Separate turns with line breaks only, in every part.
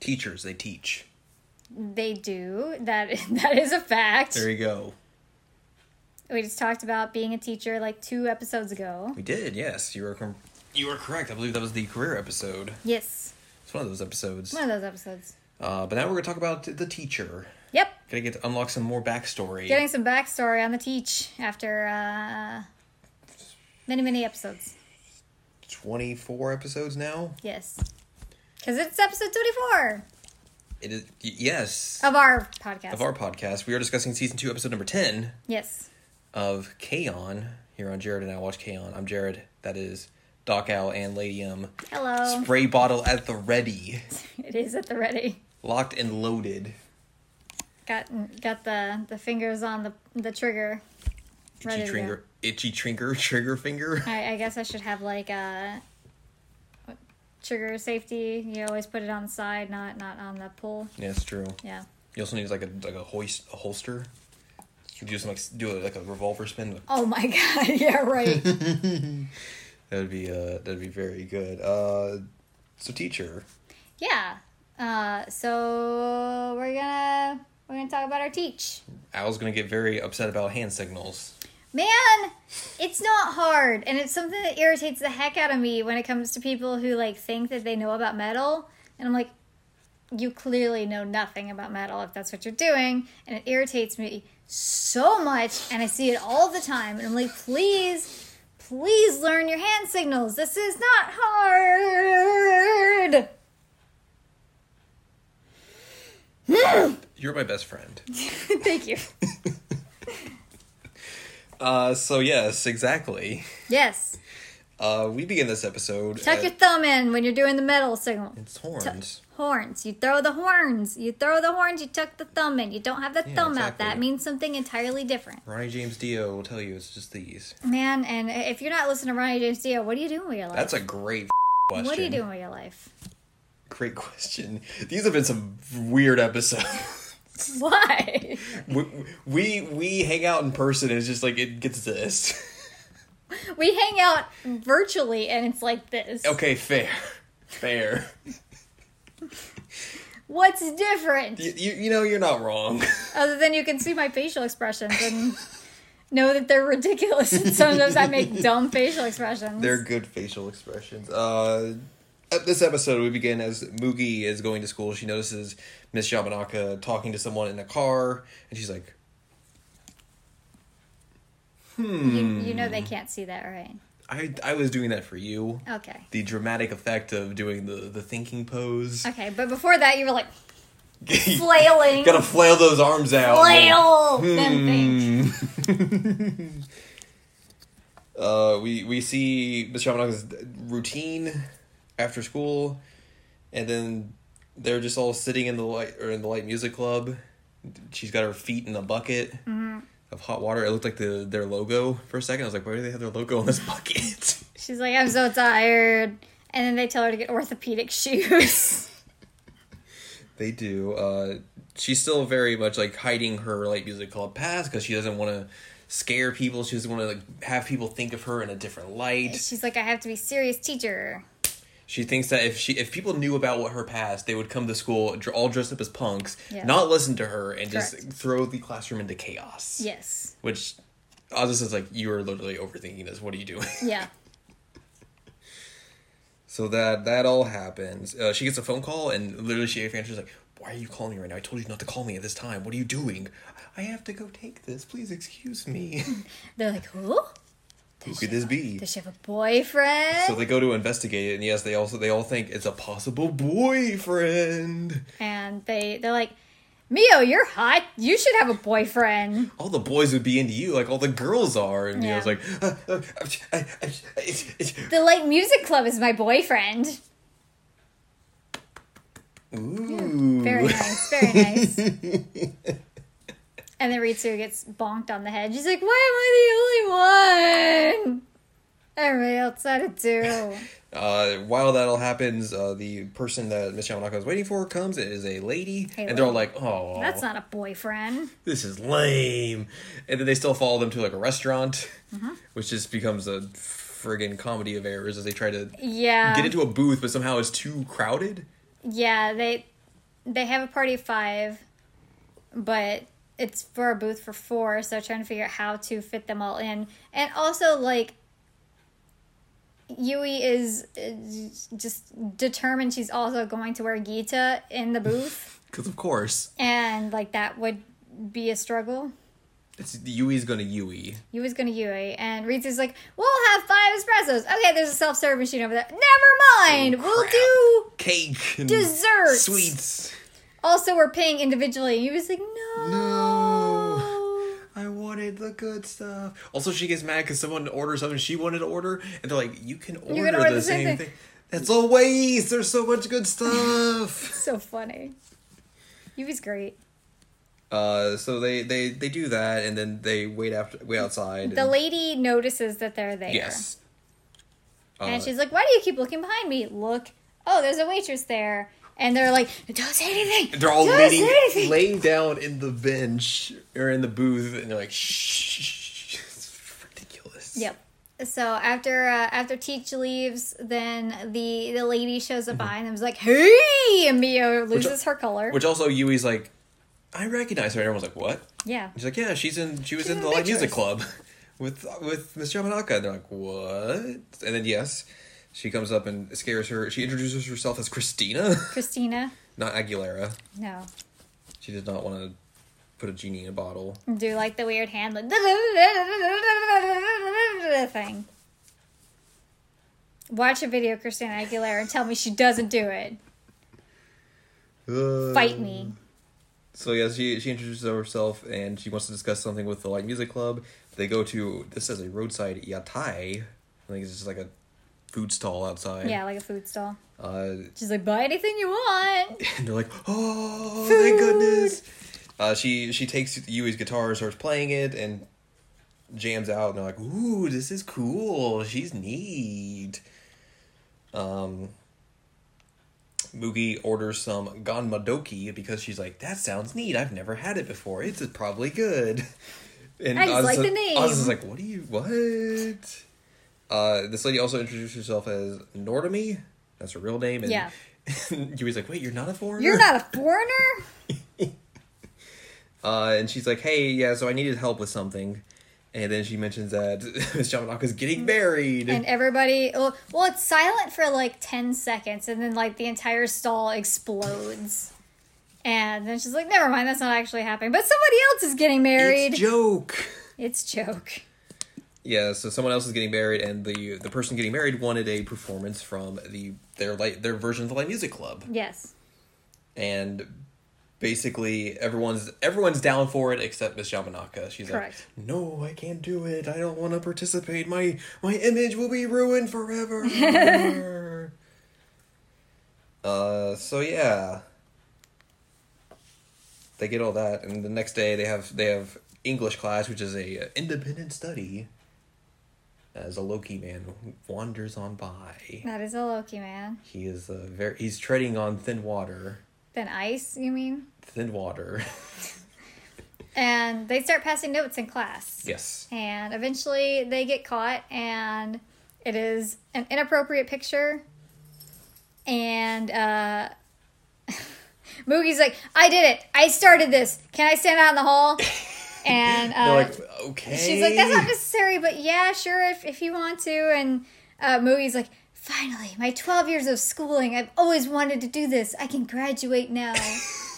Teachers, they teach.
They do. That that is a fact.
There you go.
We just talked about being a teacher like two episodes ago.
We did, yes. You were com- you were correct. I believe that was the career episode.
Yes.
It's one of those episodes.
One of those episodes.
Uh, but now we're going to talk about the teacher.
Yep.
Gonna get to unlock some more backstory.
Getting some backstory on the teach after uh, many, many episodes.
24 episodes now.
Yes. Because it's episode 24
It is y- yes
of our podcast.
of our podcast. We are discussing season two, episode number 10
yes.
of K-On! here on Jared and I watch K-On! I'm Jared. That is Doc Owl and Ladium.
Hello.
Spray bottle at the ready,
It is at the ready.
locked and loaded.
Got got the, the fingers on the, the trigger.
Itchy
Ready to go.
trigger, itchy trinker, trigger finger.
I, I guess I should have like a trigger safety. You always put it on the side, not not on the pull.
yeah, it's true.
Yeah.
You also need like a like a hoist, a holster. You do some like s- do a, like a revolver spin.
Oh my god. Yeah. Right.
That would be uh that would be very good. Uh, so teacher,
yeah. Uh, so we're gonna we're gonna talk about our teach.
Al's gonna get very upset about hand signals.
Man, it's not hard, and it's something that irritates the heck out of me when it comes to people who like think that they know about metal, and I'm like, you clearly know nothing about metal if that's what you're doing, and it irritates me so much, and I see it all the time, and I'm like, please, please learn your hand signals. This is not hard.
You're my best friend.
Thank you.
Uh, so yes, exactly.
Yes,
Uh, we begin this episode.
tuck your
at
thumb in when you're doing the metal signal.
its horns.
Horns. You throw the horns. You throw the horns. You tuck the thumb in. You don't have the thumb out.
exactly.
That means something entirely different,
Ronnie James Dio will tell you it's just these.
man. And if you're not listening to Ronnie James Dio, what are you doing with your life?
That's a great question.
What are you doing with your life?
Great question. These have been some weird episodes.
Why?
we, we we hang out in person. And it's just like it gets this.
we hang out virtually, and it's like this.
okay, fair, fair.
What's different
You, you, you know you're not wrong.
other than you can see my facial expressions and know that they're ridiculous? And sometimes I make dumb facial expressions.
They're good facial expressions. Uh, at this episode, we begin as Moogie is going to school. She notices Miss Yamanaka talking to someone in a car, and she's like,
you, you
hmm.
know they can't see that, right?
"I I was doing that for you."
Okay.
The dramatic effect of doing the the thinking pose.
Okay, but before that, you were like flailing.
Gotta flail those arms out.
flail
Hmm.
then think.
Uh, we we see Miss Yamanaka's routine after school, and then they're just all sitting in the light or in the light music club. She's got her feet in a bucket of hot water. It looked like the their logo for a second. I was like, why do they have their logo on this bucket?
She's like, I'm so tired. And then they tell her to get orthopedic shoes.
they do. Uh, she's still very much like hiding her light music club past because she doesn't want to scare people. She doesn't want to like have people think of her in a different light.
She's like, I have to be serious teacher.
She thinks that if she if people knew about what her past, they would come to school dr- all dressed up as punks,
Yeah.
not listen to her, and just
Correct.
throw the classroom into chaos.
Yes.
Which I was just like, you are literally overthinking this. What are you doing?
Yeah.
so that that all happens. Uh, she gets a phone call, and literally she answers like, "Why are you calling me right now? I told you not to call me at this time. What are you doing? I have to go take this. Please excuse me.
They're like, who?
Who could this be?"
Does she have a boyfriend?
So they go to investigate it, and yes, they also they all think it's a possible boyfriend.
and they they're like, Mio, you're hot. You should have a boyfriend.
all the boys would be into you like all the girls are and you know,
Yeah.
it's like "Uh, uh, uh, uh, uh, uh,
The Light Music Club is my boyfriend.
uh." ooh
Very nice. Very nice. and then Ritsu gets bonked on the head. She's like, Why am I the only one? Everybody else had it too.
uh, while that all happens uh, the person that miss yamanaka is waiting for comes it is a lady
Hey,
and they're all
lady.
like oh
That's not a boyfriend.
this is lame and then they still follow them to like a restaurant
Mm-hmm.
which just becomes a friggin comedy of errors as they try to
Yeah.
get into a booth but somehow it's too crowded
yeah, they they have a party of five, but it's for a booth for four, so trying to figure out how to fit them all in. And also, like, Yui is uh, just determined she's also going to wear Gita in the booth,
Because of course,
and, like, that would be a struggle.
it's Yui's gonna E. Yui.
Yui's gonna Yui, and Ritsu's like, we'll have five espressos. Okay, there's a self serve machine over there. Never mind! we'll
Oh, crap.
do
Cake and
desserts!
sweets.
Also, we're paying individually. And Yui's like, no.
No. I wanted the good stuff. Also, she gets mad because someone orders something she wanted to order, and they're like, "You can order,
order
the, same, thing. That's a waste. There's so much good stuff.
So funny. Yui's great.
uh, so they they they do that, and then they wait after wait outside.
The
and-
lady notices that they're there.
yes.
And
Uh,
she's like, Why do you keep looking behind me? Look. Oh, there's a waitress there. And they're like, Don't say anything.
They're all
Don't
leaning,
say anything.
laying down in the bench or in the booth, and they're like, "Shh, it's ridiculous."
Yep. So after uh, after Teach leaves, then the the lady shows up behind them. Is like, hey, and Mio loses her color.
Mm-hmm. Which also Yui's like, I recognize her. Everyone's like, "What?"
yeah,
She's like, "Yeah, she's in. She was in
in
the live
Adventures."
music club with with Miss Yamanaka." And they're like, "What?" And then yes, she comes up and scares her. She introduces herself as Christina,
Christina.
not Aguilera.
No,
She does not want to put a genie in a bottle.
do like the weird hand like, thing. Watch a video of Christina Aguilera and tell me she doesn't do it. Fight me.
So yeah, she she introduces herself and she wants to discuss something with the light music club. They go to this is a roadside yatai. I think it's just like a food stall outside.
Yeah, like a food stall.
Uh,
She's like, buy anything you want.
and they're like, oh, thank goodness. Uh, she she takes Yui's guitar, starts playing it, and jams out. And they're like, ooh, this is cool. She's neat. Um, Mugi orders some ganmadoki because she's like, that sounds neat. I've never had it before. It's probably good. And
I just
Oz
like
is-
the name.
Oz is like, what do you what? Uh, this lady also introduced herself as Nordami. That's her real name. And
Yeah.
Yui's like, wait, you're not a foreigner.
You're not a foreigner.
Uh, and she's like, "Hey, yeah, so I needed help with something," and then she mentions that Miss Yamanaka's getting married.
And everybody, well, well, it's silent for like 10 seconds, and then like the entire stall explodes. And then she's like, never mind, that's not actually happening. But somebody else is getting married.
It's a joke.
It's joke.
Yeah, so someone else is getting married, and the the person getting married wanted a performance from the their light their version of the light music club,
Yes.
and basically everyone's everyone's down for it except Miss Yamanaka. She's
Correct.
like, "No, I can't do it. I don't want to participate. My my image will be ruined forever." uh, so yeah, they get all that, and the next day they have they have English class, which is a uh, independent study. As a Loki man wanders on by,
That is a Loki man.
he is a very he's treading on thin water.
Then ice, you mean?
Thin water.
And they start passing notes in class.
yes.
And eventually they get caught, and it is an inappropriate picture. And uh, Moogie's like, I did it. I started this. Can I stand out in the hall? And uh,
They're like, okay.
she's like, That's not necessary, but yeah, sure, if, if you want to. And uh, Moogie's like, Finally, my 12 years of schooling, I've always wanted to do this. I can graduate now.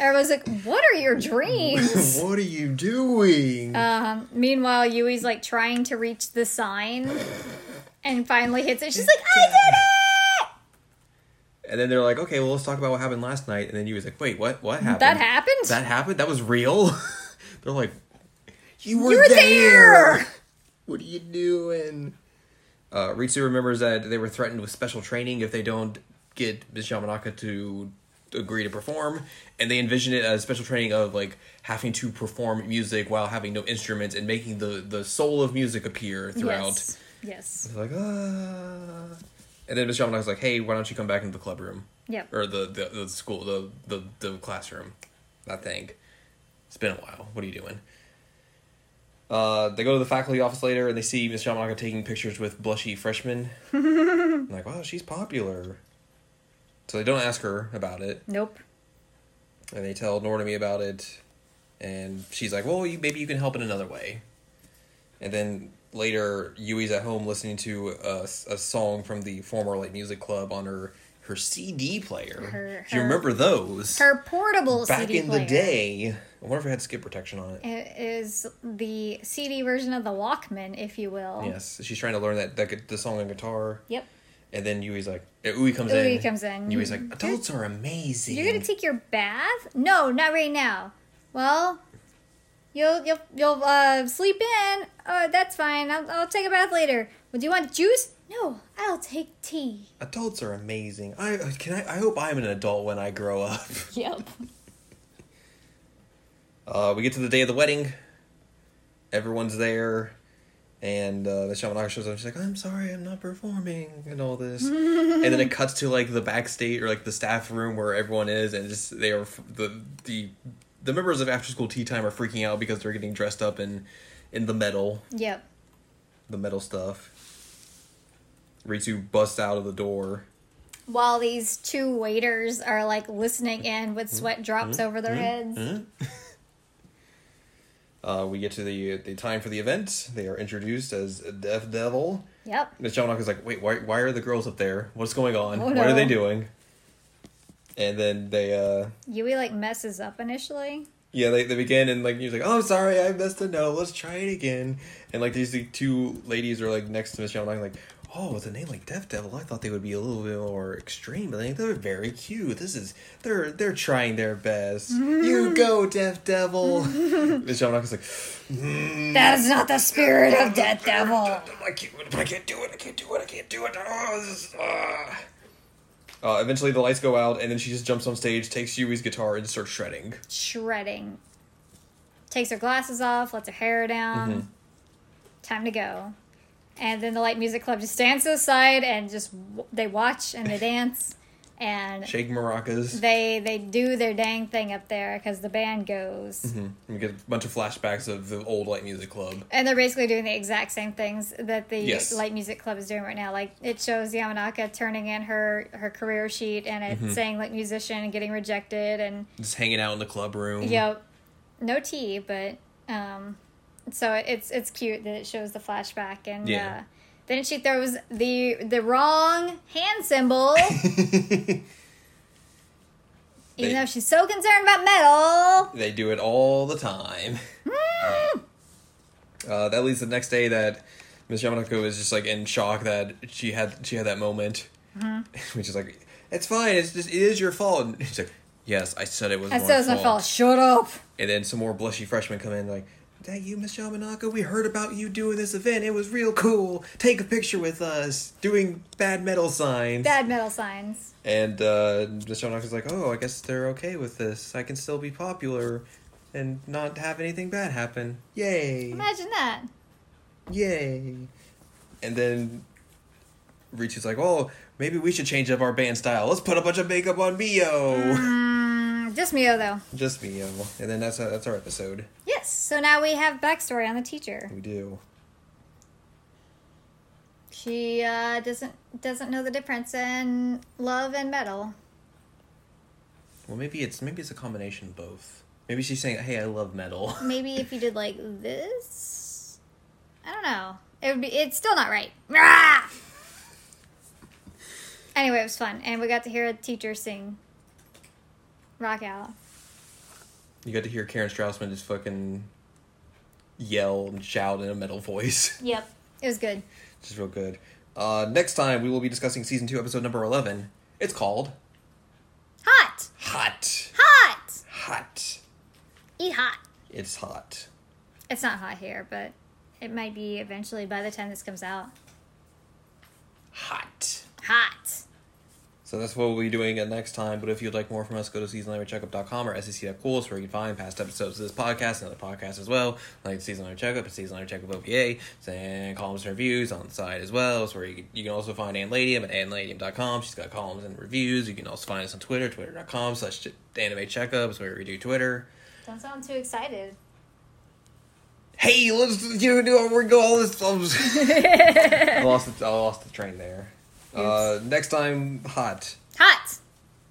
Everyone's like, What are your dreams?
what are you doing?
Um, meanwhile, Yui's like trying to reach the sign and finally hits it. She's like, I did
and then they're like, okay, well, let's talk about what happened last night. And then you was like, wait, what? What happened?
That happened?
That happened? That was real? they're like, you were,
You were
there.
there!"
What are you doing? Uh, Ritsu remembers that they were threatened with special training if they don't get Miss Yamanaka to agree to perform. And they envision it as special training of like having to perform music while having no instruments and making the, the soul of music appear
it!
throughout.
Yes. Yes.
It's like, ah. And then Miss Yamanaka's like, hey, why don't you come back into the club room?
Yep.
Or the, the, the school, the, the, the classroom, that thing. It's been a while. What are you doing? Uh, they go to the faculty office later and they see Miss Yamanaka taking pictures with blushy freshmen. I'm like, wow, she's popular. So they don't ask her about it.
Nope.
and they tell Nordomy about it, and she's like, "Well, you, maybe you can help in another way." And then later, Yui's at home listening to a, a song from the former Light Music Club on her her CD player.
Her-
Do you
her-
remember those?
Her portable
Back
CD
in
player
the day, I wonder if it had skip protection on it.
i- is the CD version of the Walkman, if you will.
Yes, she's trying to learn that that gu- the song on guitar,
Yep.
and then Yui's like, uh, Ui comes in.
Ooh, he comes in. Mm-hmm.
Yui's like, adults are amazing.
You're gonna take your bath? No, not right now. Well, you'll you'll you'll uh, sleep in. Uh, that's fine. I'll, I'll take a bath later. Well, do you want juice? No, I'll take tea.
adults are amazing. I uh, can I, I hope I'm an adult when I grow up.
Yep.
Uh, we get to the day of the wedding. Everyone's there, and uh, the Shamanaka shows up. She's like, "I'm sorry, I'm not performing," and all this. and then it cuts to like the backstage or like the staff room where everyone is, and just they are f- the the the members of After School Tea Time are freaking out because they're getting dressed up in in the metal
Yep.
the metal stuff. Ritsu busts out of the door.
While these two waiters are like listening in with sweat drops over their heads.
Uh, we get to the the time for the event. They are introduced as Death Devil.
Yep.
The Shamanaka is like, wait, why, why are the girls up there? What's going on?
Oh,
what
no.
are they doing? And then they, uh,
Yui like messes up initially.
yeah, they, they begin and like, he's like, oh, sorry, I missed a note. Let's try it again. And like, these like, two ladies are like next to Miss Shamanaka, like, oh, with a name like Death Devil, I thought they would be a little bit more extreme, but they, they're very cute. This is, they're, they're trying their best. you go, Death Devil. Miss Shamanaka's like, mm,
That is not the spirit of Death Devil.
Oh, I can't, but I can't do it. I can't do it. I can't do it. Oh, this is, ah. Uh, eventually, the lights go out, and then she just jumps on stage, takes Yui's guitar, and starts shredding.
Shredding. Takes her glasses off, lets her hair down. Time to go. And then the light music club just stands to the side and just w- they watch and they dance and
Shake maracas.
they they do their dang thing up there because the band goes.
We get a bunch of flashbacks of the old light music club.
And they're basically doing the exact same things that the
Yes.
Light Music Club is doing right now. Like it shows Yamanaka turning in her her career sheet and it's
Mm-hmm.
saying like musician and getting rejected and
Just hanging out in the club room.
yep, no tea, but um, so it, it's it's cute that it shows the flashback and
Yeah.
uh, then she throws the the wrong hand symbol. Even
They-
though she's so concerned about metal,
They do it all the time. uh, that leads to the next day that Miss Yamanako is just like in shock that she had she had that moment, which is like it's fine. It's just it is your fault. And she's like, yes, I said it was.
I
my
said it's my
fault.
fault. Shut up.
And then some more blushy freshmen come in like, that you, Miss Yamanaka? We heard about you doing this event. It was real cool. Take a picture with us doing bad metal signs.
Bad metal signs.
and uh, Miss Yamanaka's like, oh, I guess they're okay with this. I can still be popular and not have anything bad happen. Yay.
Imagine that.
Yay. And then Richu's like, oh, maybe we should change up our band style. Let's put a bunch of makeup on Mio.
Mm, just Mio though.
Just Mio. And then that's, that's our episode.
Yes. So now we have backstory on the teacher.
We do.
She uh, doesn't doesn't know the difference in love and metal.
Well, maybe it's maybe it's a combination of both. Maybe she's saying, "Hey, I love metal."
Maybe if you did like this, I don't know. It would be. It's still not right. Ah! Anyway, it was fun, and we got to hear a teacher sing. Rock out.
You got to hear Karen Strausman just fucking yell and shout in a metal voice.
Yep. It was good.
Just real good. Uh, next time we will be discussing season two, episode number eleven. It's called
Hot.
Hot.
Hot.
Hot.
Eat hot.
It's hot.
It's not hot here, but it might be eventually by the time this comes out.
Hot.
Hot.
So that's what we'll be doing uh, next time. But if you'd like more from us, go to seasonalcheckup.com or E sec.cool, is where you can find past episodes of this podcast and other podcasts as well, like Season Life Checkup and Season Life Checkup OVA, and columns and reviews on the side as well. It's where you can, you can also find Ann Ladium at annladium.com. She's got columns and reviews. You can also find us on Twitter, twitter.com slash anime checkups, where we do Twitter.
Don't sound too excited.
Hey, let's you know, we're going all this. I lost, the, I lost the train there. Uh, next time, hot.
Hot.